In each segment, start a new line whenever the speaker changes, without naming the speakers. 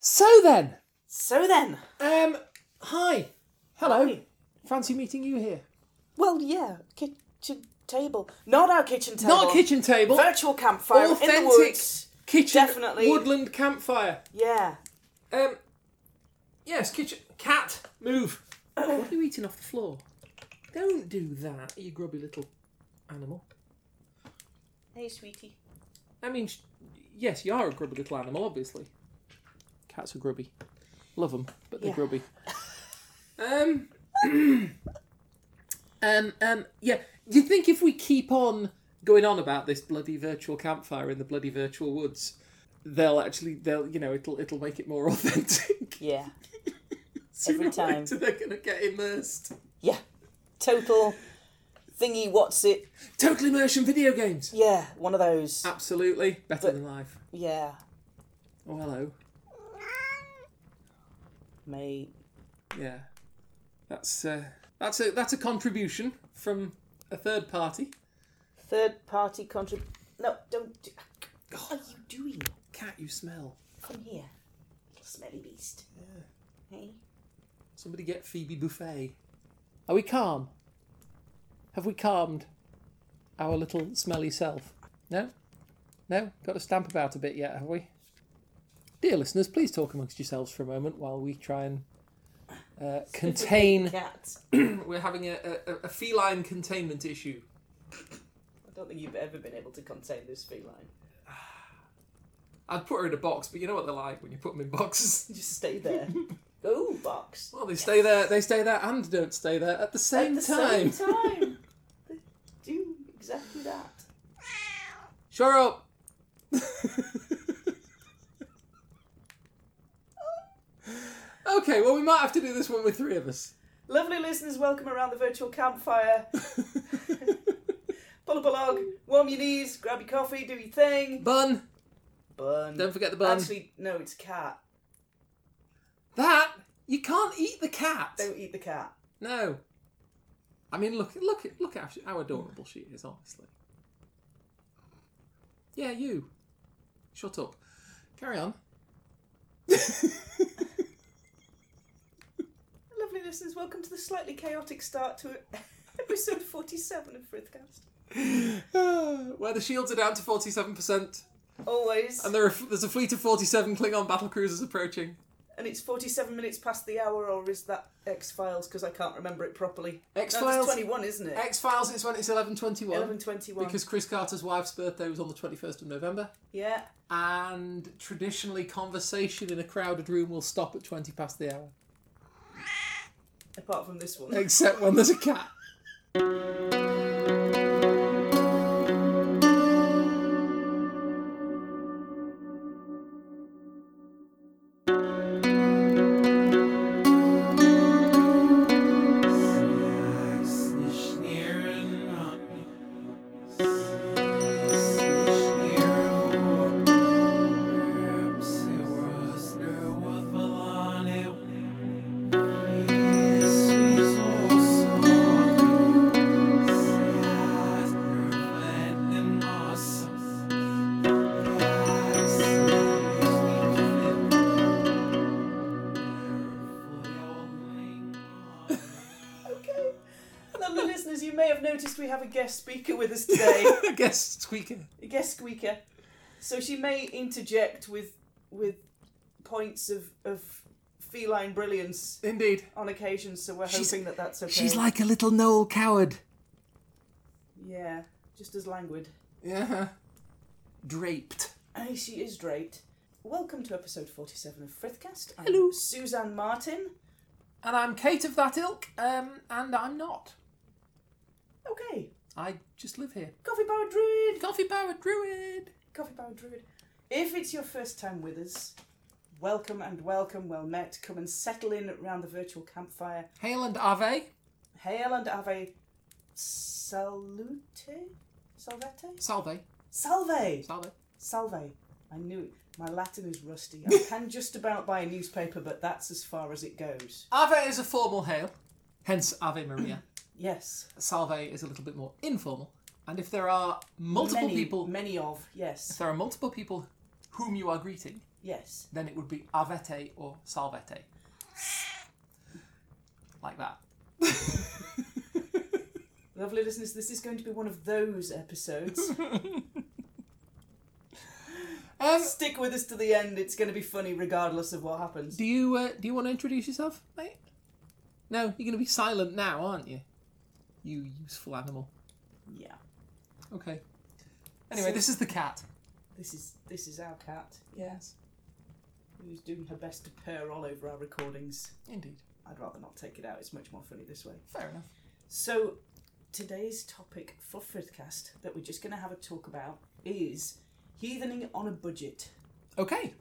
So then,
So then.
um, hi, hello.
Hi.
Fancy meeting you here.
Well, yeah. Kitchen table. Not our kitchen table.
Not kitchen table.
Virtual campfire in the woods.
kitchen
definitely.
woodland campfire.
Yeah.
Um, yes, kitchen cat move. what are you eating off the floor? Don't do that, you grubby little animal.
Hey, sweetie.
I mean, sh- yes, you are a grubby little animal, obviously. Cats are grubby. Love them, but they're
Yeah.
grubby. Um, um, um, yeah. Do you think if we keep on going on about this bloody virtual campfire in the bloody virtual woods, they'll actually, they'll, you know, it'll it'll make it more authentic.
Yeah.
Sooner or
time.
later they're gonna get immersed.
Yeah. Total thingy. What's it?
Total immersion video games.
Yeah. One of those.
Absolutely better than live.
Yeah.
Oh hello.
Mate.
Yeah, that's uh, that's a that's a contribution from a third party.
Third party contrib. No, don't. Do- what are you doing?
Cat, you smell.
Come here, little smelly beast. Hey.
Somebody get Phoebe Buffet. Are we calm? Have we calmed our little smelly self? No, no. Got to stamp about a bit yet, have we? Dear listeners, please talk amongst yourselves for a moment while we try and uh, contain.
Cat.
We're having a, a, a feline containment issue.
I don't think you've ever been able to contain this feline.
I'd put her in a box, but you know what they're like when you put them in boxes.
Just stay there. Go box.
Well, they stay there. They stay there and don't stay there at the same
At the
time.
Same time. They Do exactly that.
Shut up. okay. Well, we might have to do this one with three of us.
Lovely listeners, welcome around the virtual campfire. Pull up a log, warm your knees, grab your coffee, do your thing.
bun.
Bun.
Don't forget the bun.
Actually, no, it's cat.
That you can't eat the cat.
Don't eat the cat.
No. I mean, look, look, look at how she- how adorable she is. Honestly. Yeah, you. Shut up. Carry on.
Lovely listeners, welcome to the slightly chaotic start to episode 47 of Frithcast.
Where the shields are down to forty-seven percent.
Always.
And there are, there's a fleet of 47 Klingon battle cruisers approaching.
And it's 47 minutes past the hour, or is that X Files? Because I can't remember it properly. No,
X-Files-
it's 21, isn't it?
X Files is when it's 11:21
1121.
because Chris Carter's wife's birthday was on the 21st of November.
Yeah.
And traditionally, conversation in a crowded room will stop at 20 past the hour,
Apart from this one.
except when there's a cat.
Okay. Lovely listeners, you may have noticed we have a guest speaker with us today,
I guess squeaking.
a guest squeaker. So she may interject with with points of, of feline brilliance
Indeed.
on occasion. So we're
She's-
hoping that that's okay.
like a little Noel coward.
yeah, just as languid.
Yeah. Draped.
Aye, she is draped. Welcome to episode 47 of Frithcast. I'm
Hello.
Suzanne Martin.
And I'm Kate of that ilk, um, and I'm not.
Okay.
I just live here.
Coffee Power Druid.
Coffee powered druid.
Coffee Power Druid. If it's your first time with us, welcome and welcome, well met. Come and settle in round the virtual campfire.
Hail and Ave.
Hail and Ave. Salute? Salvete?
Salve.
Salve!
Salve.
Salve. I knew it. My Latin is rusty. I can just about buy a newspaper, but that's as far as it goes.
Ave is a formal hail, hence Ave Maria.
Yes.
Salve is a little bit more informal. And if there are multiple
many,
people,
Many of, yes.
if there are multiple people whom you are greeting,
Yes.
then it would be avete or salvete. Like that.
Lovely listeners, this is going to be one of those episodes.
Um,
Stick with us to the end. It's going to be funny regardless of what happens.
do you uh, do you want to introduce yourself, mate? No, you're going to be silent now, aren't you? You useful animal.
Yeah.
Okay. Anyway,
So-
this is the cat.
This is this is our cat
Yes,
who's doing her best to purr all over our recordings.
indeed.
I'd rather not take it out. It's much more funny this way.
Fair enough.
So today's topic for Frithcast that we're just going to have a talk about is heathening on a budget.
Okay.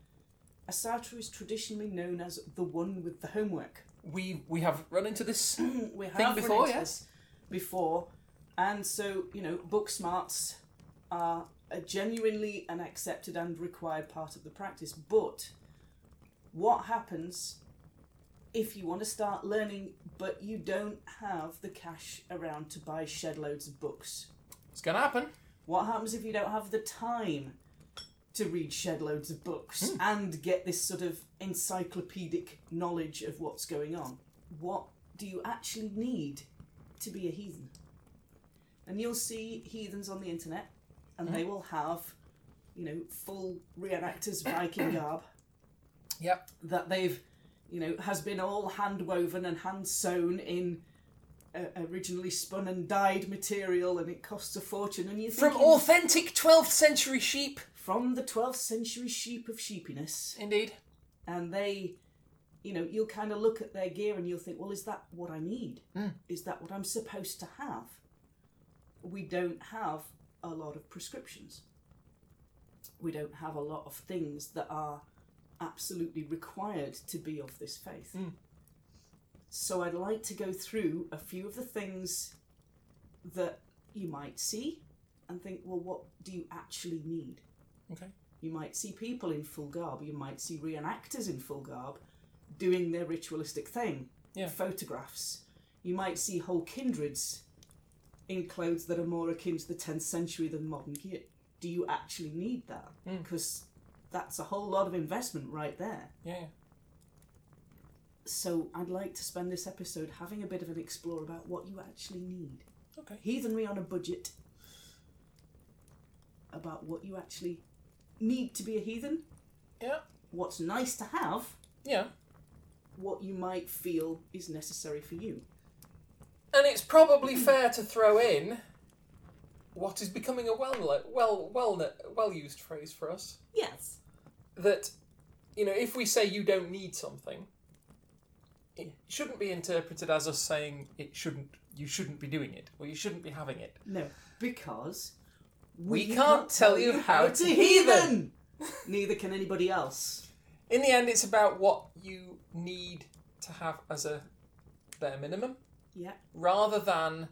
Asata is traditionally known as the one with the homework.
We we have run into this
we have
thing
run
before,
into
yes.
this before, and so you know, book smarts are a genuinely an accepted and required part of the practice. But what happens if you want to start learning, but you don't have the cash around to buy shed loads of books?
It's going to happen.
What happens if you don't have the time to read shed loads of books and get this sort of encyclopedic knowledge of what's going on? What do you actually need to be a heathen? And you'll see heathens on the internet, and they will have, you know, full reenactors Viking garb
Yep.
that they've, you know, has been all hand woven and hand sewn in uh, originally spun and dyed material, and it costs a fortune. And you
From authentic 12th century sheep.
from the 12th century sheep of sheepiness
Indeed.
and they you know you'll kind of look at their gear and you'll think well is that what i need is that what i'm supposed to have we don't have a lot of prescriptions we don't have a lot of things that are absolutely required to be of this faith so i'd like to go through a few of the things that you might see and think well what do you actually need
Okay.
you might see people in full garb. You might see reenactors in full garb doing their ritualistic thing.
Yeah.
Photographs. You might see whole kindreds in clothes that are more akin to the 10th century than modern gear. Do you actually need that?
Hmm.
Because that's a whole lot of investment right there.
Yeah. yeah.
So I'd like to spend this episode having a bit of an explore about what you actually need.
Okay.
Heathenry on a budget. About what you actually need to be a heathen
Yeah.
what's nice to have,
Yeah.
what you might feel is necessary for you.
And it's probably fair to throw in what is becoming a well well well well used phrase for us
Yes.
that you know if we say you don't need something it shouldn't be interpreted as us saying it shouldn't you shouldn't be doing it or you shouldn't be having it
No, because
We can't tell you how to heathen.
Neither can anybody else.
in the end it's about what you need to have as a bare minimum
Yeah.
rather than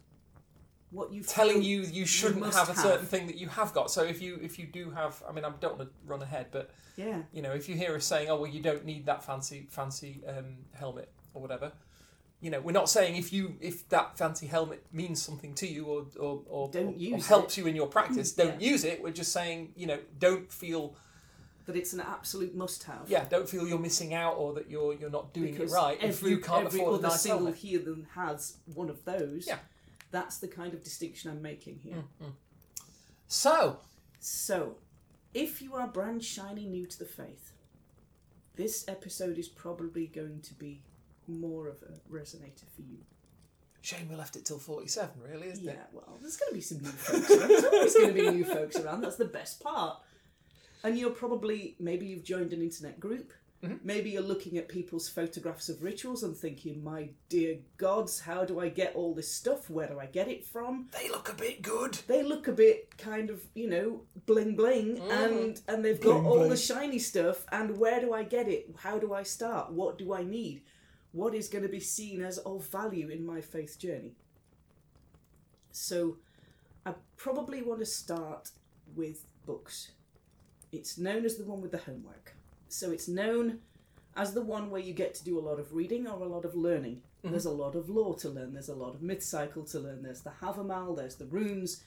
What you
telling
feel-
you you shouldn't
must
have a certain
have.
thing that you have got so if you if you do have i mean i don't want to run ahead but
Yeah.
you know, if you hear us saying, "Oh, well, you don't need that fancy fancy um, helmet or whatever," you know, we're not saying if you if that fancy helmet means something to you or or, or,
Don't
or- or
use
helps you in your practice, don't
Yeah.
use it. We're just saying, you know, don't feel
That it's an absolute must have.
yeah, don't feel you're missing out or that you're you're not doing
Because
it right
every,
if you can't
every
afford a
other
nice
single
helmet.
heathen has one of those.
Yeah.
That's the kind of distinction I'm making here.
So
So, if you are brand shiny new to the faith, this episode is probably going to be more of a resonator for you.
shame we left it till forty-seven, really, isn't
Yeah,
it?
well, there's going to be some new folks around. There's always going to be new folks around. That's the best part. And you're probably, maybe you've joined an internet group. Maybe you're looking at people's photographs of rituals and thinking, my dear gods, how do I get all this stuff? Where do I get it from?
They look a bit good.
they look a bit kind of you know bling bling and and they've got
Bling
all the
bling.
shiny stuff and where do i get it how do i start what do i need what is going to be seen as of value in my faith journey so i probably want to start with books it's known as the one with the homework so it's known as the one where you get to do a lot of reading or a lot of learning. There's a lot of law to learn, there's a lot of myth cycle to learn, there's the Havamal, there's the runes,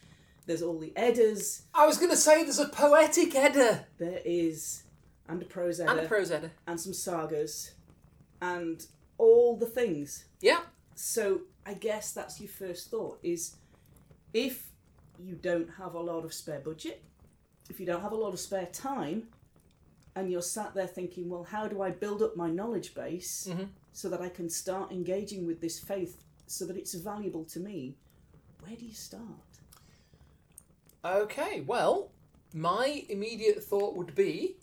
there's all the Eddas,
I was going to say there's a poetic Edda.
there is and a Prozetta
And a Prozetta.
and some sagas and all the things.
Yeah.
So I guess that's your first thought is if you don't have a lot of spare budget, if you don't have a lot of spare time, and you're sat there thinking, well, how do I build up my knowledge base so that I can start engaging with this faith so that it's valuable to me? Where do you start?
Okay, well, my immediate thought would be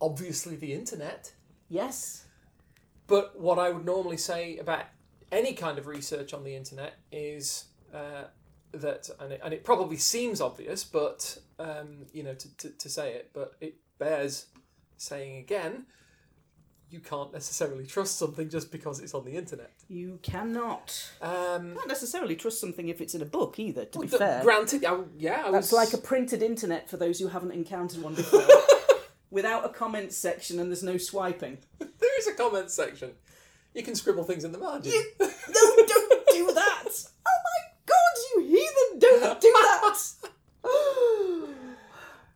obviously the internet.
Yes.
But what I would normally say about any kind of research on the internet is uh, that, and it, and it probably seems obvious, but um, you know, to, to, to say it, but it bears saying again, you can't necessarily trust something just because it's on the internet.
You cannot.
Um,
Not necessarily trust something if it's in a book either, to be
th-
fair.
Granted, I, yeah, I
That's
was
like a printed internet for those who haven't encountered one before. Without a comment section and there's no swiping.
There is a comment section. You can scribble things in the margin.
No, don't do that! Oh my god, you heathen! Don't do that!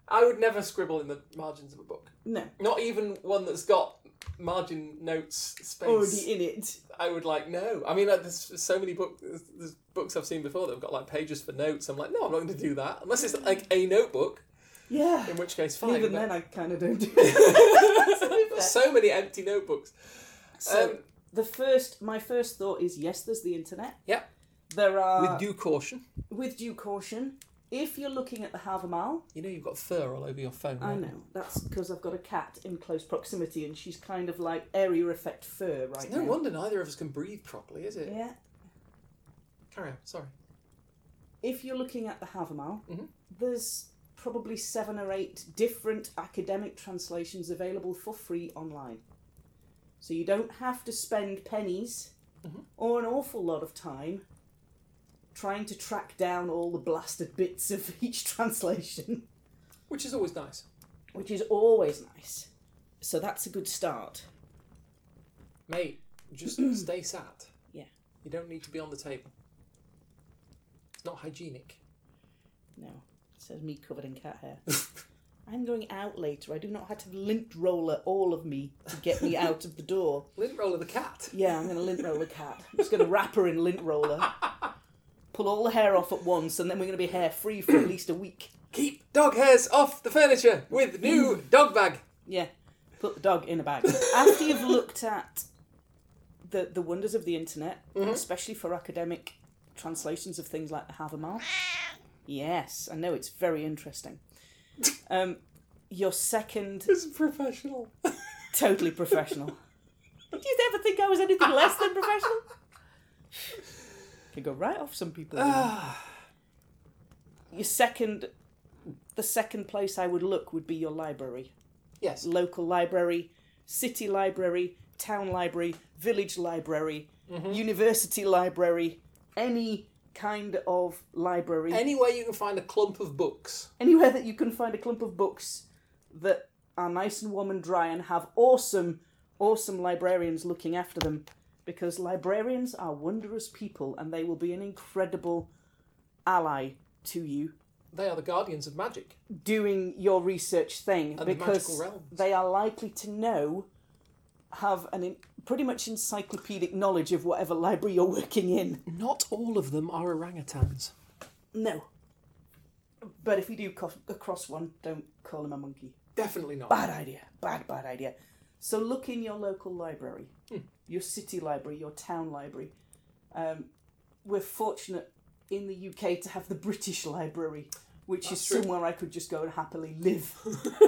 I would never scribble in the margins of a book.
No,
Not even one that's got margin notes space.
already in it.
I would like no. I mean, like, there's so many books. There's, there's books I've seen before that have got like pages for notes. I'm like, no, I'm not going to do that unless it's like a notebook.
Yeah.
In which case, fine.
Even
but-
then, I kind of don't do it.
There's so many empty notebooks.
So,
Um,
the first, my first thought is yes, there's the internet.
Yep.
There are,
With due caution,
with due caution, if you're looking at the Havamal,
you know you've got fur all over your phone.
I
right?
know, that's because I've got a cat in close proximity and she's kind of like area effect fur right
No
now.
wonder neither of us can breathe properly, is it?
Yeah.
Carry on. Sorry.
if you're looking at the Havamal,
Mhm.
there's probably seven or eight different academic translations available for free online. So you don't have to spend pennies
Mm-hmm.
or an awful lot of time trying to track down all the blasted bits of each translation,
Which is always nice.
which is always nice. So that's a good start.
Mate, just stay sat.
Yeah.
You don't need to be on the table. It's not hygienic.
No, it says me covered in cat hair. I'm going out later. I do not have to lint roller all of me to get me out of the door.
Lint roller the cat.
Yeah, I'm going to lint roll the cat. I'm just going to wrap her in lint roller. Pull all the hair off at once, and then we're going to be hair free for at least a week.
Keep dog hairs off the furniture with new dog bag.
Yeah, put the dog in a bag. After you've looked at the the wonders of the internet, especially for academic translations of things like the Havamal. Yes, I know it's very interesting. Um, your second,
It's professional.
totally professional. Did you ever think I was anything less than professional? Could go right off some people. you know. your second the second place I would look would be your library.
yes.
Local library, city library, town library, village library, university library, any kind of library.
Anywhere you can find a clump of books.
Anywhere that you can find a clump of books that are nice and warm and dry and have awesome, awesome librarians looking after them. Because librarians are wondrous people and they will be an incredible ally to you
They are the guardians of magic.
doing your research thing
the magical
because
realms.
they are likely to know have an in, pretty much encyclopedic knowledge of whatever library you're working in.
Not all of them are orangutans.
No. But if you do co- across one, don't call him a monkey.
Definitely not.
Bad idea. Bad, bad idea. So look in your local library, your city library, your town library. Um, we're fortunate in the UK to have the British Library, which is
true.
somewhere I could just go and happily live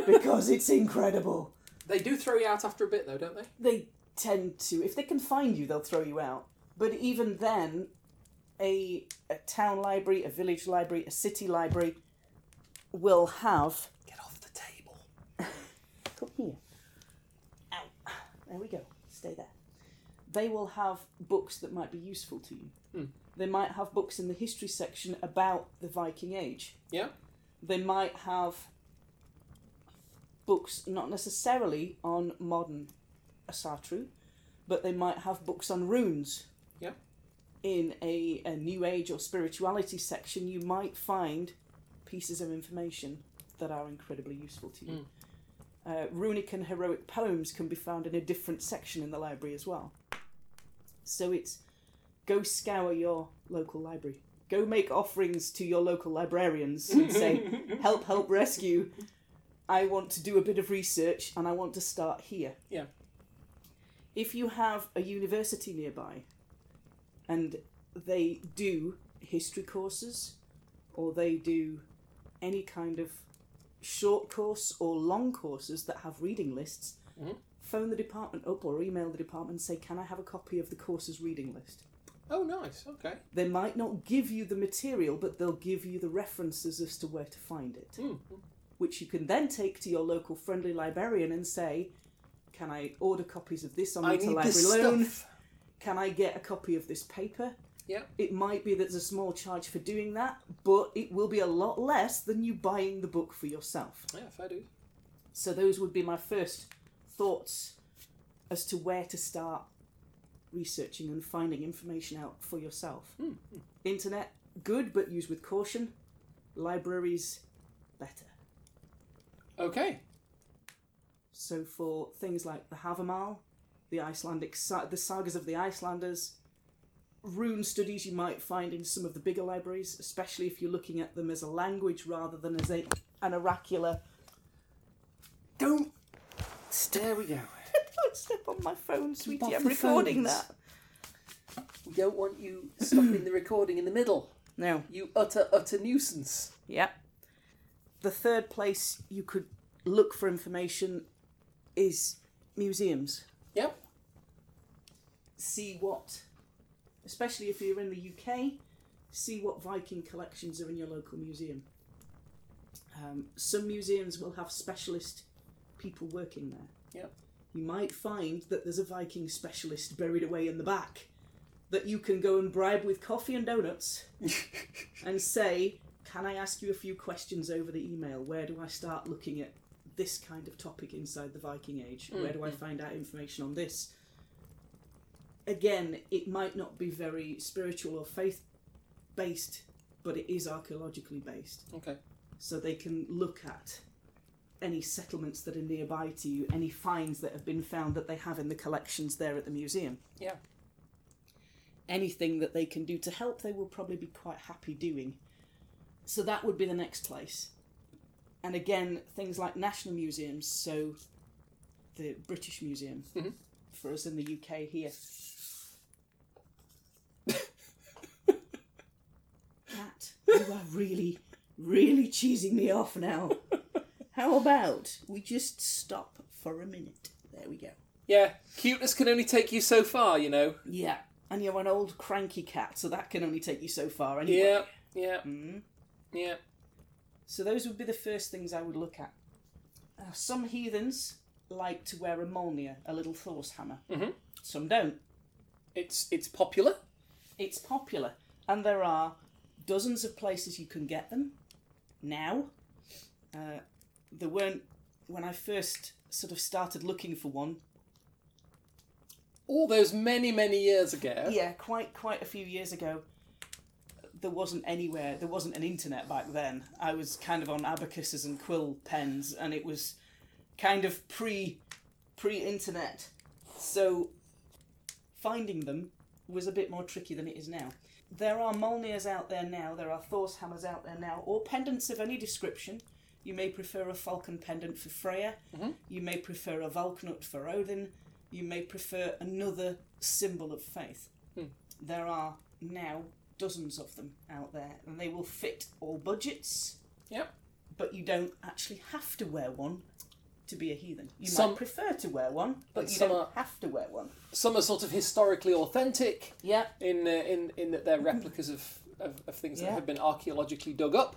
because it's incredible.
They do throw you out after a bit, though, don't they?
they tend to if they can find you they'll throw you out but even then a, a town library a village library a city library will have
Get off the table.
come here Ow. there we go stay there they will have books that might be useful to you they might have books in the history section about the viking age
Yeah.
they might have books not necessarily on modern Asatru, but they might have books on runes.
Yeah.
In a, a New Age or spirituality section, you might find pieces of information that are incredibly useful to you. Uh, runic and heroic poems can be found in a different section in the library as well. So it's go scour your local library. Go make offerings to your local librarians and say, help, help, rescue. I want to do a bit of research and I want to start here.
Yeah.
If you have a university nearby and they do history courses or they do any kind of short course or long courses that have reading lists, phone the department up or email the department and say, Can I have a copy of the course's reading list?
Oh, nice. Okay.
They might not give you the material, but they'll give you the references as to where to find it,
Mm.
which you can then take to your local friendly librarian and say, Can I order copies of this on
I need
interlibrary
this
loan?
stuff.
Can I get a copy of this paper?
Yeah.
It might be that there's a small charge for doing that, but it will be a lot less than you buying the book for yourself.
Yeah, fair do.
So those would be my first thoughts as to where to start researching and finding information out for yourself. Internet, good, but use with caution. Libraries, better.
Okay.
So for things like the Havamal, the Icelandic sa- the sagas of the Icelanders, rune studies you might find in some of the bigger libraries, especially if you're looking at them as a language rather than as a, an oracular.
Don't. There we go.
Don't step "Oh, on my phone, sweetie.
off
I'm
your
recording
phones.
that.
We don't want you stopping the recording in the middle.
No.
You utter utter nuisance.
Yeah. The third place you could look for information is museums.
Yep.
See what, especially if you're in the UK, see what Viking collections are in your local museum. Um, some museums will have specialist people working there.
Yep.
You might find that there's a Viking specialist buried away in the back that you can go and bribe with coffee and donuts and say, Can I ask you a few questions over the email? Where do I start looking at this kind of topic inside the Viking Age? Where do I find out information on this? Again, it might not be very spiritual or faith based, but it is archaeologically based
Okay.
so they can look at any settlements that are nearby to you, any finds that have been found that they have in the collections there at the museum.
Yeah.
Anything that they can do to help, they will probably be quite happy doing. So that would be the next place. And again, things like national museums, so the British Museum
Mhm.
for us in the UK here. Cat, you are really, really cheesing me off now. How about we just stop for a minute? There we go.
Yeah. Cuteness can only take you so far, you know.
Yeah, and you're an old cranky cat, so that can only take you so far anyway.
Yeah. Yeah.
Mm.
Yeah.
So those would be the first things I would look at. Uh, some heathens like to wear a molnir, a little Thor's hammer.
Mhm.
Some don't.
It's it's popular.
It's popular, and there are dozens of places you can get them now. Uh, there weren't when I first sort of started looking for one.
All those many many years ago.
Yeah, quite quite a few years ago. There wasn't anywhere. There wasn't an internet back then. I was kind of on abacuses and quill pens, and it was kind of pre pre internet. So finding them was a bit more tricky than it is now. There are Molnirs out there now. There are Thor's hammers out there now, or pendants of any description. You may prefer a falcon pendant for Freya. You may prefer a Valknut for Odin. You may prefer another symbol of faith. There are now dozens of them out there, and they will fit all budgets,
Yep.
but you don't actually have to wear one to be a heathen. You
Some-
might prefer to wear one, but
But
you
some
don't
are-
have to wear one.
Some are sort of historically authentic
Yeah.
in uh, in in that they're replicas of of, of things that
Yeah.
have been archaeologically dug up,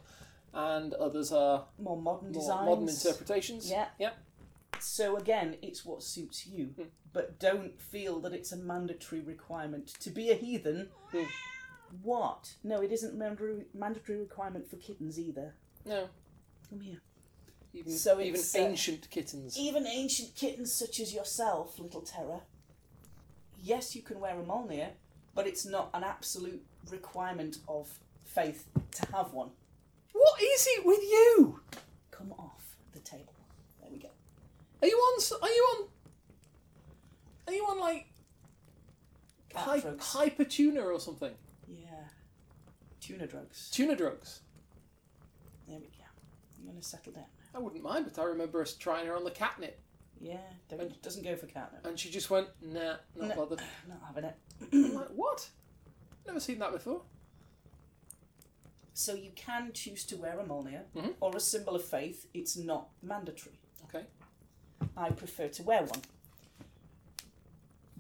and others are
More modern
more
designs.
modern interpretations.
Yeah.
Yep.
So again, it's what suits you,
Hmm.
but don't feel that it's a mandatory requirement to be a heathen.
Mm.
What? No, it isn't mandatory mandatory requirement for kittens either.
No.
Come here.
Even
So
even
it's, uh,
ancient kittens.
Even ancient kittens such as yourself, little Terra. Yes, you can wear a Molnir, but it's not an absolute requirement of faith to have one.
What is it with you?
Come off the table. There we go.
Are you on? s- Are you on? Are you on like
Cat
hy-
drugs.
hyper tuna or something?
Yeah. Tuna drugs.
Tuna drugs.
There we go. I'm going to settle down
I
now.
wouldn't mind, but I remember us trying her on the catnip,
Yeah. Don't, doesn't go for cat now.
and she just went, "Nah, not
No.
bothered."
Not having it.
I'm like, "What? Never seen that before."
So you can choose to wear a molnia
Mhm.
or a symbol of faith. It's not mandatory.
Okay.
I prefer to wear one.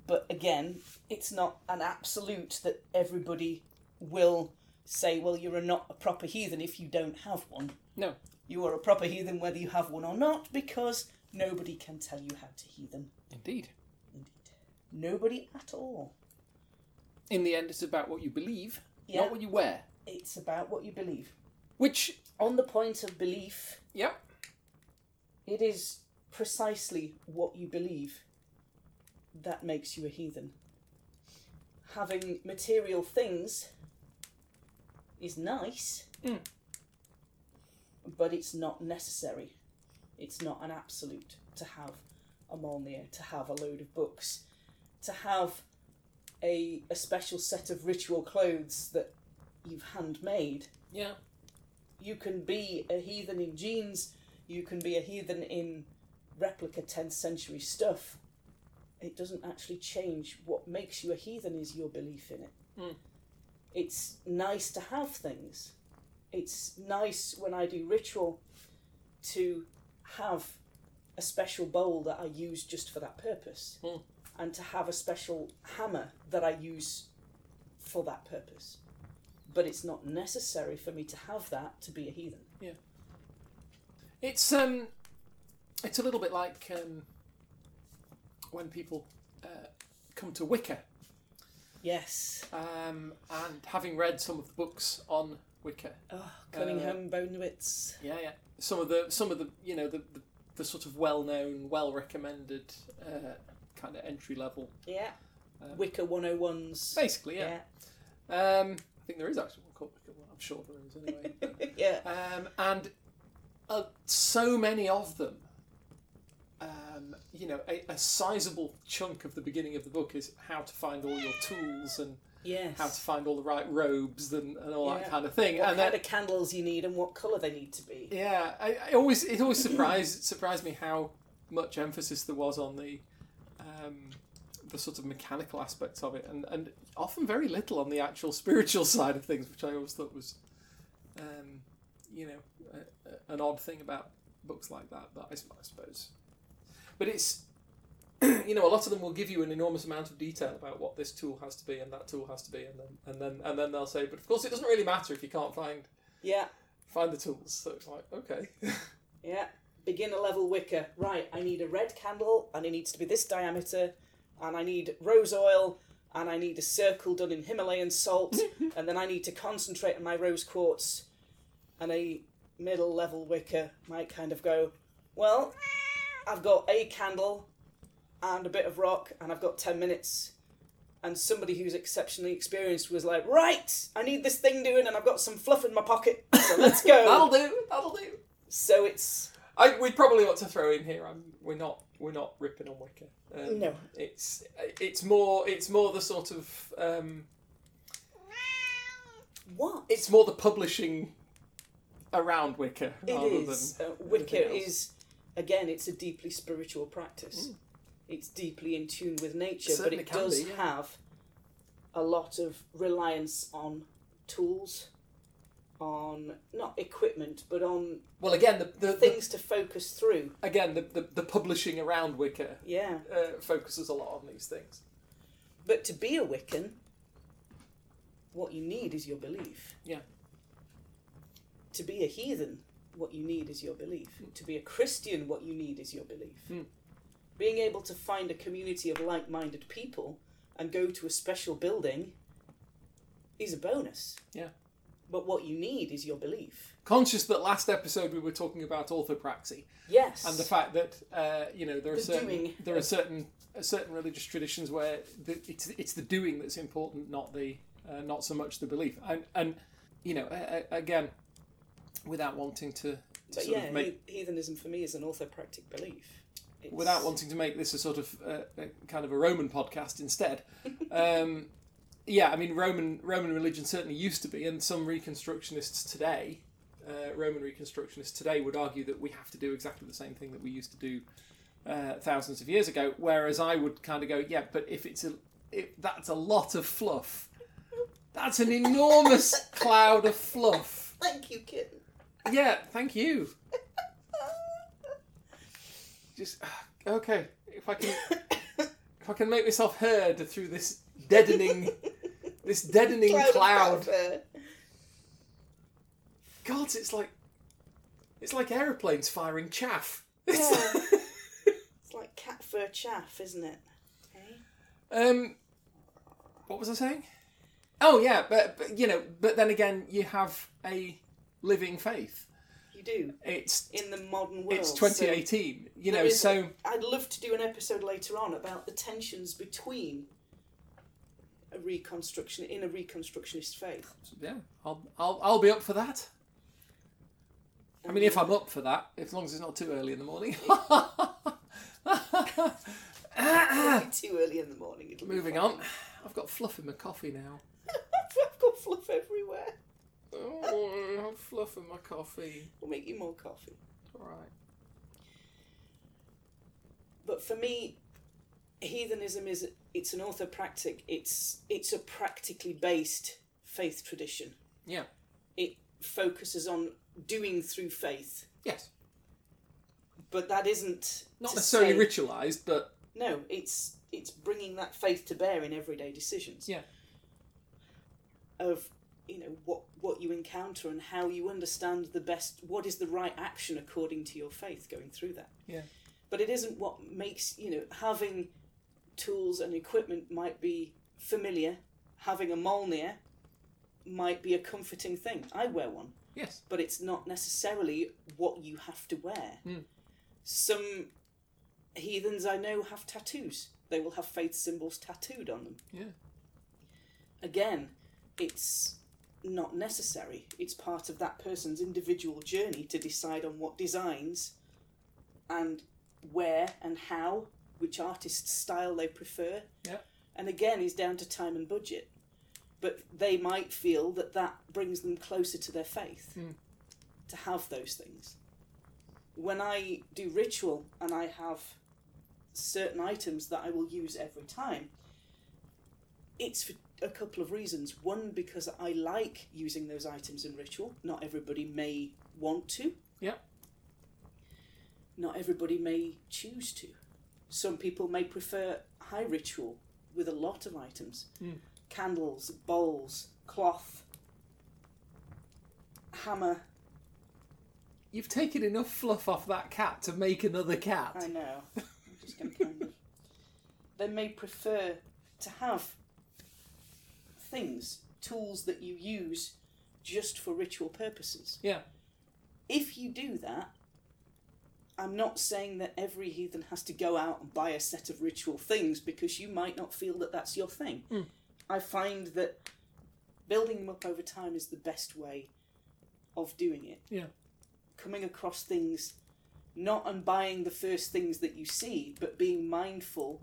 But again, it's not an absolute that everybody will say, well, you're not a proper heathen if you don't have one.
No.
You are a proper heathen whether you have one or not because nobody can tell you how to heathen.
Indeed.
Indeed. Nobody at all.
In the end, it's about what you believe,
Yeah.
not what you wear.
It's about what you believe.
Which,
On the point of belief,
yeah,
it is precisely what you believe that makes you a heathen. Having material things is nice,
Mm.
but it's not necessary. It's not an absolute to have a Molnir, to have a load of books, to have a, a special set of ritual clothes that you've handmade
yeah,
you can be a heathen in jeans, you can be a heathen in replica 10th century stuff. It doesn't actually change. What makes you a heathen is your belief in it.
Mm.
It's nice to have things. It's nice when I do ritual to have a special bowl that I use just for that purpose
Mm.
and to have a special hammer that I use for that purpose but it's not necessary for me to have that to be a heathen.
It's um, it's a little bit like um, when people uh, come to Wicca,
Yes.
um, and having read some of the books on Wicca,
Oh, Cunningham, Bonewitz.
yeah, yeah, some of the some of the you know the the, the sort of well known, well recommended uh, kind of entry level,
Yeah.
Um,
Wicca 101s.
basically, yeah. Um, I think there is actually one called Wicca. Well, I'm sure there is anyway. but-
Yeah. yeah.
um, and uh, so many of them. Um, you know, a, a sizable chunk of the beginning of the book is how to find all your tools and
Yes.
how to find all the right robes and, and all
Yeah.
that kind of thing.
what
and
kind
then,
of candles you need and what colour they need to be.
yeah, I, I always it always surprised surprised me how much emphasis there was on the um, the sort of mechanical aspects of it, and and often very little on the actual spiritual side of things, which I always thought was, um, you know, a, a- an odd thing about books like that. That is, I suppose, but it's. You know, a lot of them will give you an enormous amount of detail about what this tool has to be and that tool has to be, and then and then and then they'll say, but of course it doesn't really matter if you can't find
Yeah.
find the tools. So it's like, okay.
Yeah. Beginner level Wicca. Right, I need a red candle and it needs to be this diameter and I need rose oil and I need a circle done in Himalayan salt and then I need to concentrate on my rose quartz. And a middle level Wicca might kind of go, well, I've got a candle and a bit of rock and I've got 10 minutes. And somebody who's exceptionally experienced was like, right, I need this thing doing and I've got some fluff in my pocket, so let's
That'll
go.
do. That'll do.
so it's.
I, we probably ought to throw in here. I'm, we're not. We're not ripping on Wicca. Um,
No.
It's it's more it's more the sort of um,
What?
it's more the publishing around Wicca
It
rather
is.
than
Uh, Wicca
anything else.
is, again, it's a deeply spiritual practice. It's deeply in tune with nature,
It
but
certainly
it
can
does
be, yeah.
have a lot of reliance on tools, on not equipment, but on
well again the, the, the
things to focus through.
again the, the, the publishing around Wicca
Yeah.
uh, focuses a lot on these things.
But to be a Wiccan, what you need is your belief.
Yeah.
To be a heathen, what you need is your belief.
Hmm.
To be a Christian, what you need is your belief.
Mm.
Being able to find a community of like minded people and go to a special building is a bonus.
Yeah.
But what you need is your belief.
Conscious that last episode we were talking about orthopraxy.
Yes.
and the fact that uh, you know there are
The
certain
doing.
there are certain uh, certain religious traditions where the, it's it's the doing that's important, not the uh, not so much the belief. And and you know a, a- again, without wanting to, to
but
sort
yeah,
of make
he- heathenism for me is an orthopractic belief.
It's,
without wanting to make this a sort of uh, a kind of a Roman podcast instead. Um, yeah, I mean Roman Roman religion certainly used to be, and some reconstructionists today, uh, Roman reconstructionists today, would argue that we have to do exactly the same thing that we used to do uh, thousands of years ago. Whereas I would kind of go, yeah, but if it's a if that's a lot of fluff. That's an enormous cloud of fluff.
Thank you, kitten.
Yeah, thank you. Just okay. If I can, if I can make myself heard through this deadening, this deadening
Cloud of
cloud.
fur.
God, it's like, it's like aeroplanes firing chaff.
Yeah.
It's like cat fur chaff, isn't it? Hey?
um, what was I saying? Oh yeah, but, but you know, but then again, you have a living faith.
You do
It's
in the modern world.
it's
Oh, so
2018. You
there
know,
is-
so
I'd love to do an episode later on about the tensions between a reconstruction in a reconstructionist faith.
yeah, I'll I'll I'll be up for that. I mean,
Mm.
if I'm up for that, as long as it's not too early in the morning.
It'll be too early in the morning, it'll be
Ah. Moving
fine.
on. I've got fluff in my coffee now.
I've got fluff everywhere.
Oh, I have fluff in my coffee.
We'll make you more coffee.
All right.
but for me heathenism is it's an orthopractic it's it's a practically based faith tradition
Yeah.
it focuses on doing through faith
Yes.
but that isn't
Not
to
necessarily
say-
ritualized, but
no it's it's bringing that faith to bear in everyday decisions
Yeah.
of you know what what you encounter and how you understand the best what is the right action according to your faith going through that
Yeah.
but it isn't what makes you know having tools and equipment might be familiar having a molnir might be a comforting thing i wear one
yes.
but it's not necessarily what you have to wear.
Hmm.
Some heathens I know have tattoos. They will have faith symbols tattooed on them.
Yeah.
Again, it's not necessary. It's part of that person's individual journey to decide on what designs and where and how, which artist style they prefer.
Yeah.
And again, is down to time and budget. But they might feel that that brings them closer to their faith to have those things. When I do ritual and I have certain items that I will use every time, it's for a couple of reasons. One, because I like using those items in ritual. Not everybody may want to.
Yeah.
Not everybody may choose to. Some people may prefer high ritual with a lot of items candles, bowls, cloth, hammer,
You've taken enough fluff off that cat to make another cat.
I know. I'm just going to kind of. They may prefer to have things, tools that you use just for ritual purposes.
Yeah.
If you do that, I'm not saying that every heathen has to go out and buy a set of ritual things because you might not feel that that's your thing.
Hmm.
I find that building them up over time is the best way of doing it
Yeah.
coming across things, not and buying the first things that you see, but being mindful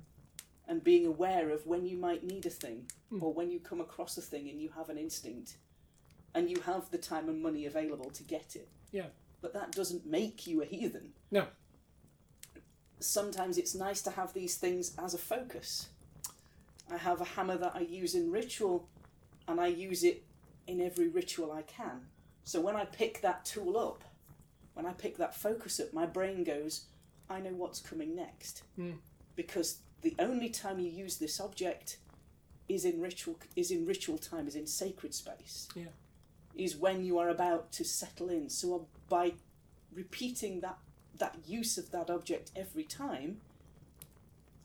and being aware of when you might need a thing
Hmm.
or when you come across a thing and you have an instinct and you have the time and money available to get it.
Yeah.
But that doesn't make you a heathen.
No.
Sometimes it's nice to have these things as a focus. I have a hammer that I use in ritual and I use it in every ritual I can. So when I pick that tool up, when I pick that focus up, my brain goes, I know what's coming next. Because the only time you use this object is in ritual is in ritual time, is in sacred space.
Yeah.
Is when you are about to settle in. So uh, by repeating that that use of that object every time,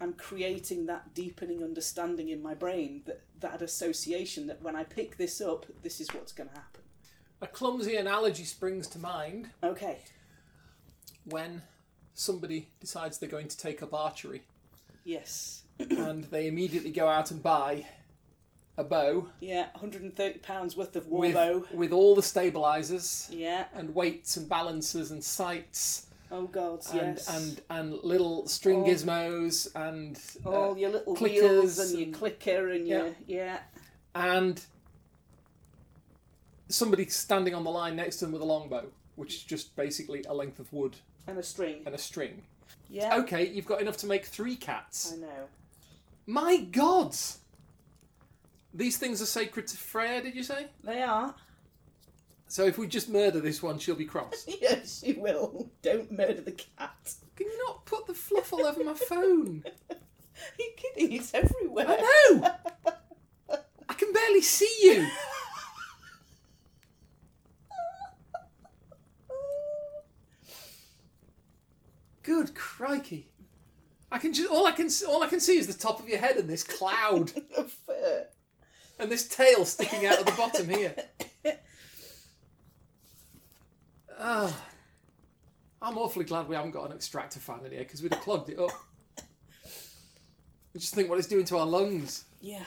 I'm creating that deepening understanding in my brain, that, that association that when I pick this up, this is what's gonna happen.
A clumsy analogy springs to mind
Okay.
when somebody decides they're going to take up archery
Yes.
and they immediately go out and buy a bow
Yeah, 130 pounds worth of war
with,
bow.
with all the stabilizers
Yeah,
and weights and balances and sights
Oh God,
and
yes.
and and little string
Oh.
gizmos and uh,
all your little
clickers
wheels and,
and-
your clicker and your yeah.
and somebody standing on the line next to them with a longbow, which is just basically a length of wood
and a string.
and a string.
Yeah.
Okay, you've got enough to make three
I
cats.
know.
My gods! These things are sacred to Freya, did you say?
They are.
So if we just murder this one, she'll be cross.
Yes, you will. Don't murder the cat.
Can you not put the fluff all over my phone?
Are you kidding? It's everywhere.
I know! I can barely see you! Good crikey. I can just all I can s- all I can see is the top of your head and this cloud
Of fur.
and this tail sticking out of the bottom here. Ah, I'm awfully glad we haven't got an extractor fan in here because we'd have clogged it up. I just think what it's doing to our lungs.
Yeah.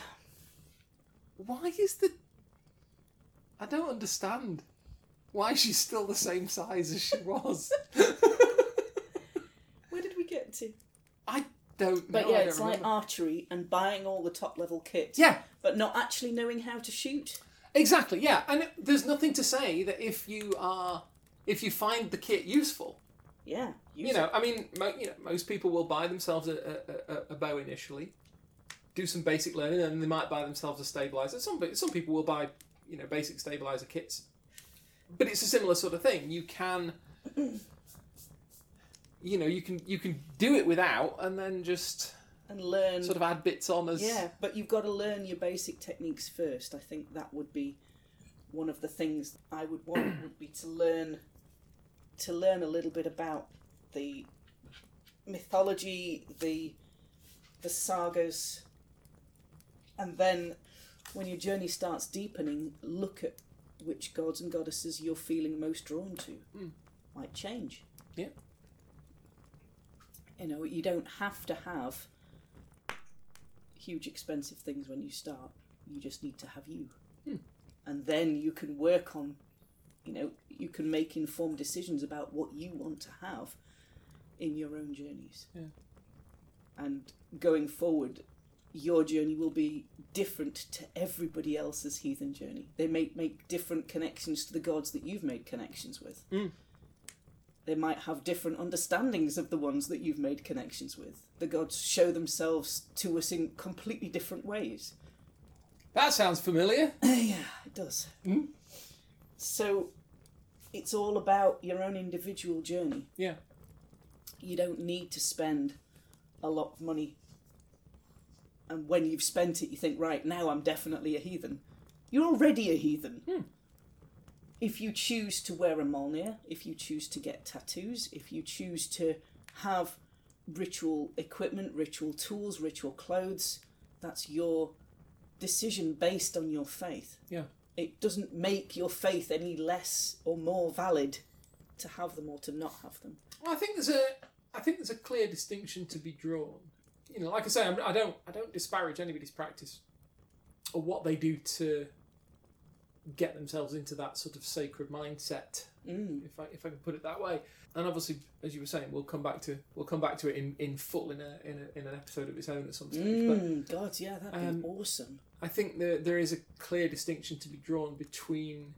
Why is the? I don't understand. Why she's still the same size as she was?
Where did we get to?
I don't know.
But yeah,
I don't
it's like
remember.
archery and buying all the top level kit.
yeah,
But not actually knowing how to shoot.
Exactly, yeah. And it- there's nothing to say that if you are if you find the kit useful,
Yeah.
you
Use it.
know, I mean, mo- you know, most people will buy themselves a, a, a, a bow initially, do some basic learning, and they might buy themselves a stabilizer. Some pe- some people will buy you know basic stabilizer kits, but it's a similar sort of thing. You can, you know, you can you can do it without, and then just
And learn.
sort of add bits on as
Yeah, but you've got to learn your basic techniques first. I think that would be one of the things I would want would be to learn to learn a little bit about the mythology, the the sagas, and then when your journey starts deepening, look at which gods and goddesses you're feeling most drawn to. Might change.
Yeah.
You know, you don't have to have huge expensive things when you start. You just need to have you. And then you can work on, you know, you can make informed decisions about what you want to have in your own journeys.
Yeah.
And going forward, your journey will be different to everybody else's heathen journey. They may make different connections to the gods that you've made connections with. They might have different understandings of the ones that you've made connections with. The gods show themselves to us in completely different ways.
that sounds familiar.
yeah, it does. So it's all about your own individual journey.
Yeah,
You don't need to spend a lot of money. And when you've spent it, you think, right, now I'm definitely a heathen. You're already a heathen. If you choose to wear a Molnir, if you choose to get tattoos, if you choose to have ritual equipment, ritual tools, ritual clothes, that's your decision based on your faith
yeah.
it doesn't make your faith any less or more valid to have them or to not have them.
Well, I think there's a I think there's a clear distinction to be drawn. You know, like I say, I'm, I don't I don't disparage anybody's practice or what they do to get themselves into that sort of sacred mindset,
Hmm.
if I if I can put it that way. And obviously, as you were saying, we'll come back to we'll come back to it in, in full in a, in a in an episode of its own at some stage. But
Mm, God, yeah, that'd be
Um,
awesome.
I think there there is a clear distinction to be drawn between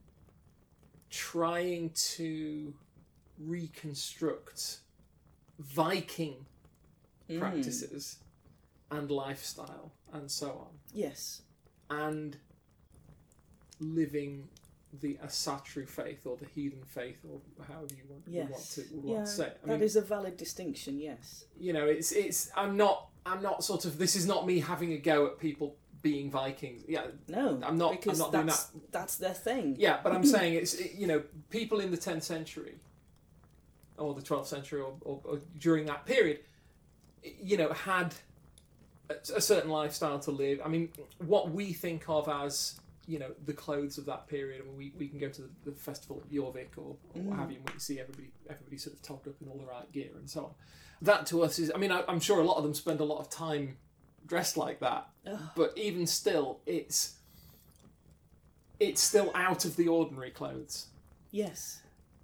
trying to reconstruct Viking
Hmm.
practices and lifestyle and so
Yes.
on, and living the Asatru faith or the heathen faith or however you want, would want
Yes.
to, would
yeah,
want to say. it. I
that
mean,
is a valid distinction, yes.
you know, it's it's. I'm not. I'm not sort of. This is not me having a go at people being Vikings. Yeah,
No.
I'm not- I'm
because
not doing
that's, that's their thing.
Yeah, but I'm saying it's it- you know people in the 10th century or the 12th century or, or, or during that period, you know, had a, a certain lifestyle to live. I mean, what we think of as you know the clothes of that period. I mean, we, we can go to the, the festival at Jorvik or, or what have you, and we can see everybody everybody sort of togged up in all the right gear and so on. That to us is, I mean, I, I'm sure a lot of them spend a lot of time dressed like that, but even still, it's it's still out of the ordinary clothes.
Yes.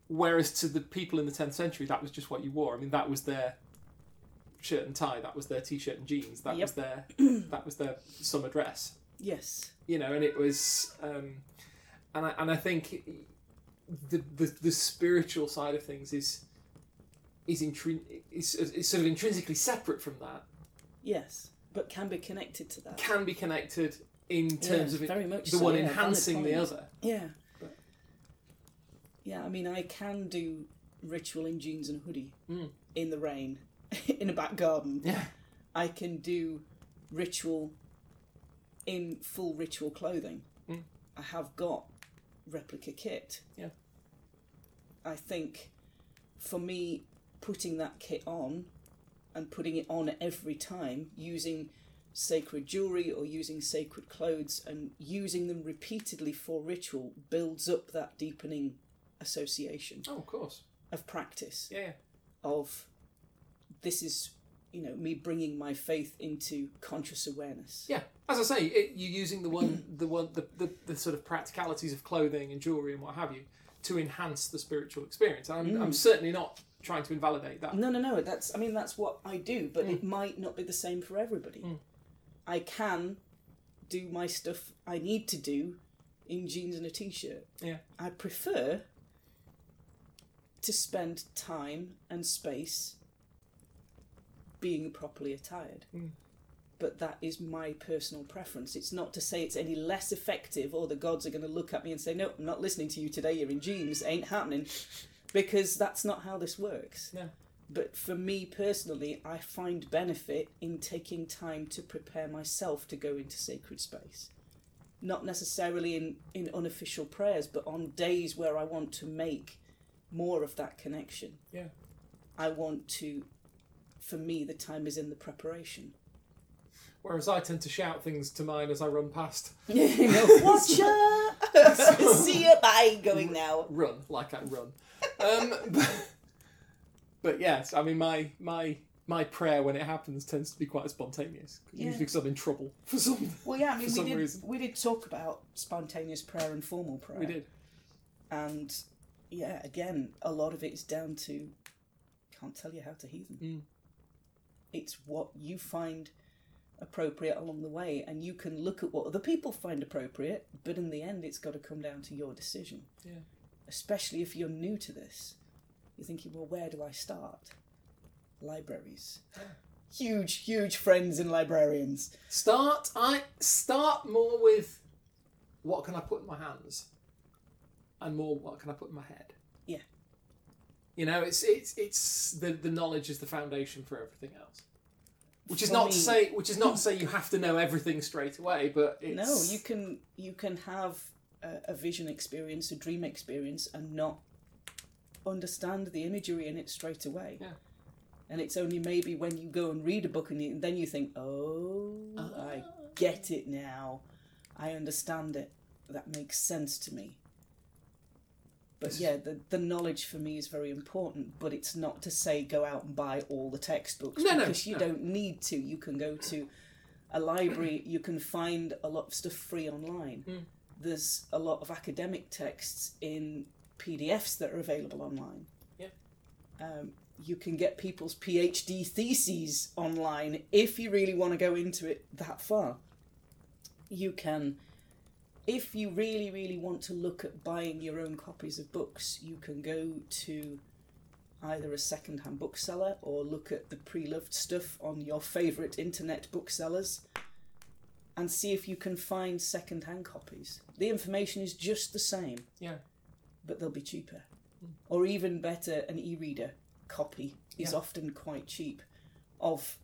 Whereas to the people in the 10th century, that was just what you wore. I mean, that was their shirt and tie, that was their t-shirt and jeans, that
Yep.
was their that was their summer dress.
Yes.
You know, and it was, um, and I and I think the the, the spiritual side of things is is, intrin- is is sort of intrinsically separate from that.
Yes.
but can be connected to that.
Can be connected in terms of it,
very much
the
so,
one
yeah, valid
enhancing the
point.
other.
Yeah.
But-
Yeah, I mean, I can do ritual in jeans and hoodie
Mm.
in the rain, in a back garden.
Yeah.
I can do ritual in full ritual clothing.
Mm.
I have got replica kit.
Yeah.
I think for me, putting that kit on and putting it on every time, using sacred jewelry or using sacred clothes and using them repeatedly for ritual builds up that deepening association
Oh, of course.
of practice
Yeah. yeah.
of this is you know me bringing my faith into conscious awareness
Yeah, as I say, it, you're using the one, the one, the, the, the sort of practicalities of clothing and jewelry and what have you to enhance the spiritual experience. And I'm, I'm certainly not trying to invalidate that.
no no no that's i mean that's what i do but it might not be the same for everybody i can do my stuff i need to do in jeans and a t-shirt
Yeah.
i prefer to spend time and space being properly attired but that is my personal preference. It's not to say it's any less effective or the gods are going to look at me and say, No, I'm not listening to you today, you're in jeans, ain't happening, because that's not how this works.
No.
But for me personally, I find benefit in taking time to prepare myself to go into sacred space. Not necessarily in, in unofficial prayers, but on days where I want to make more of that connection.
Yeah.
I want to, for me, the time is in the preparation.
Whereas I tend to shout things to mine as I run past.
Watch her. See ya. Bye. Going now.
Run like I run. Um, but, but yes, I mean my my my prayer when it happens tends to be quite spontaneous. Usually because I'm in trouble for something.
Well, yeah. I
For
mean, we
some
did
reason.
we did talk about spontaneous prayer and formal prayer.
We did.
And yeah, again, a lot of it is down to can't tell you how to heathen.
Mm.
It's what you find appropriate along the way, and you can look at what other people find appropriate, but in the end, it's got to come down to your decision.
Yeah.
Especially if you're new to this, you're thinking, well, where do I start? Libraries. Huge, huge friends in librarians.
Start I start more with what can I put in my hands and more what can I put in my head.
Yeah.
You know, it's it's it's the, the knowledge is the foundation for everything else. Which is
For
not
me-
to say which is not to say you have to know everything straight away, but
No,
it's
you can you can have a, a vision experience, a dream experience, and not understand the imagery in it straight away.
Yeah.
And it's only maybe when you go and read a book and, you, then you think, oh, I
Ah.
get it now. I understand it. That makes sense to me. But yeah, the, the knowledge for me is very important, but it's not to say go out and buy all the textbooks
No, no,
because you
no.
don't need to. You can go to a library, you can find a lot of stuff free online.
Hmm.
There's a lot of academic texts in PDFs that are available online.
Yeah.
Um, you can get people's PhD theses online if you really want to go into it that far. You can, if you really, really want to look at buying your own copies of books, you can go to either a second hand bookseller or look at the pre loved stuff on your favourite internet booksellers and see if you can find second hand copies. The information is just the same
Yeah.
but they'll be cheaper. Or even better, an e reader copy is
Yeah.
often quite cheap of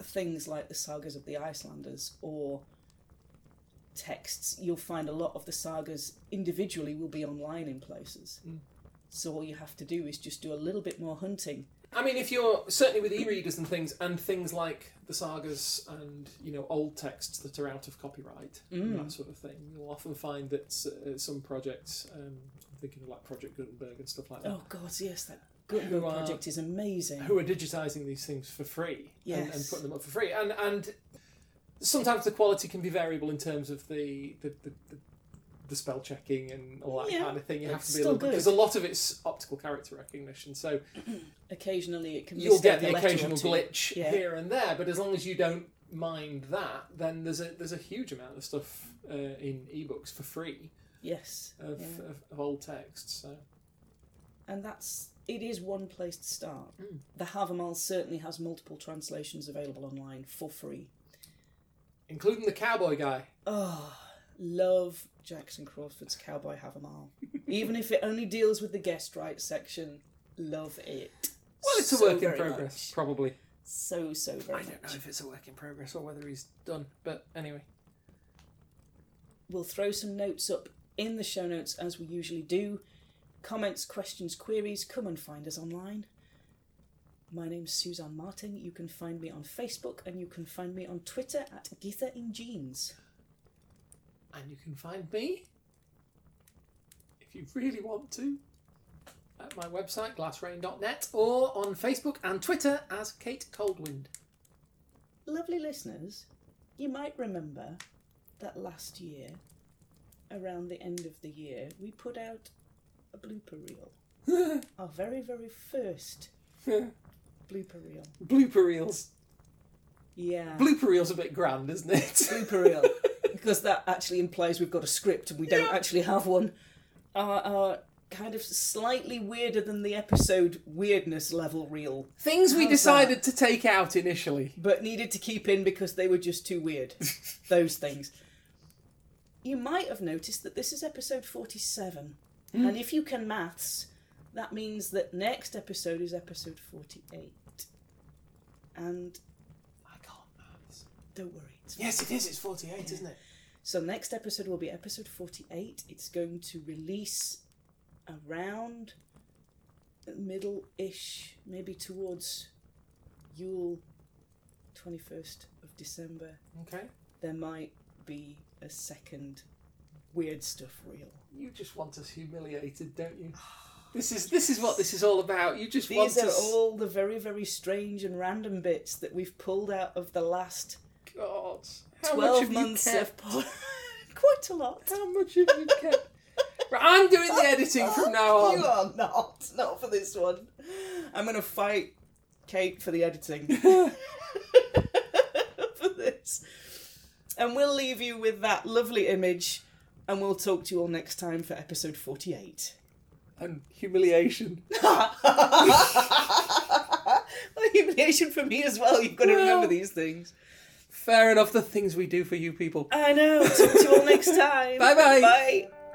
things like the sagas of the Icelanders or texts. You'll find a lot of the sagas individually will be online in places.
Mm.
So all you have to do is just do a little bit more hunting.
I mean, if you're certainly with e-readers and things, and things like the sagas and you know old texts that are out of copyright,
Mm.
and that sort of thing, you'll often find that s- uh, some projects, um, I'm thinking of like Project Gutenberg and stuff like that,
Oh god, yes, that Gutenberg
Wow.
project is amazing.
who are digitizing these things for free and, and
Yes.
putting them up for free, and and sometimes the quality can be variable in terms of the the, the, the the spell checking and all that
Yeah.
kind of thing. You have
It's
to be a
still
little bit
good.
because a lot of it's optical character recognition. So
Occasionally, it can.
you'll
mistake
get the
a letter or
occasional
two.
glitch
Yeah.
here and there, but as long as you don't mind that, then there's a there's a huge amount of stuff uh, in ebooks for free
Yes,
of,
Yeah.
of, of old text. So
and that's it is one place to start.
Mm.
The Havamal certainly has multiple translations available online for free.
including the cowboy guy.
Oh, love Jackson Crawford's Cowboy Havamal, even if it only deals with the guest right section. Love it.
Well, it's a
So
work in
very
progress,
much.
probably.
So so very
I don't know
much.
if it's a work in progress or whether he's done, but anyway.
We'll throw some notes up in the show notes as we usually do. Comments, questions, queries, come and find us online. My name's Suzanne Martin. You can find me on Facebook and you can find me on Twitter at Githa in Jeans.
And you can find me, if you really want to, at my website, glassrain.net, or on Facebook and Twitter as Kate Coldwind.
Lovely listeners, you might remember that last year, around the end of the year, we put out a blooper reel. Our very, very first blooper reel.
Blooper reels.
Yeah.
Blooper reels a bit grand, isn't it?
blooper reel because that actually implies we've got a script and we don't actually have one. Our, our kind of slightly weirder than the episode weirdness level reel,
Things we
How's
decided to take out initially.
but needed to keep in because they were just too weird. Those things. You might have noticed that this is episode 47, and if you can maths, that means that next episode is episode 48. And
I can't maths.
don't worry, it's
Yes, it is. It's 48, isn't it?
So next episode will be episode 48. It's going to release around middle-ish, maybe towards Yule 21st of December.
Okay.
There might be a second weird stuff reel.
You just want us humiliated, don't you? This is this is what this is all about. You just
These
want
are
us.
all the very, very strange and random bits that we've pulled out of the last
God, how
12
much have
months
you kept?
of pod- Quite a lot.
How much have you kept? Right, I'm doing the editing from now
Oh,
on.
You are not. Not for this one. I'm going to fight Kate for the editing. for this. And we'll leave you with that lovely image and we'll talk to you all next time for episode 48.
And humiliation.
Well, humiliation for me as well. You've got to remember
Well.
these things.
Fair enough, the things we do for you people.
I know. Talk to you all next time.
Bye-bye.
Bye.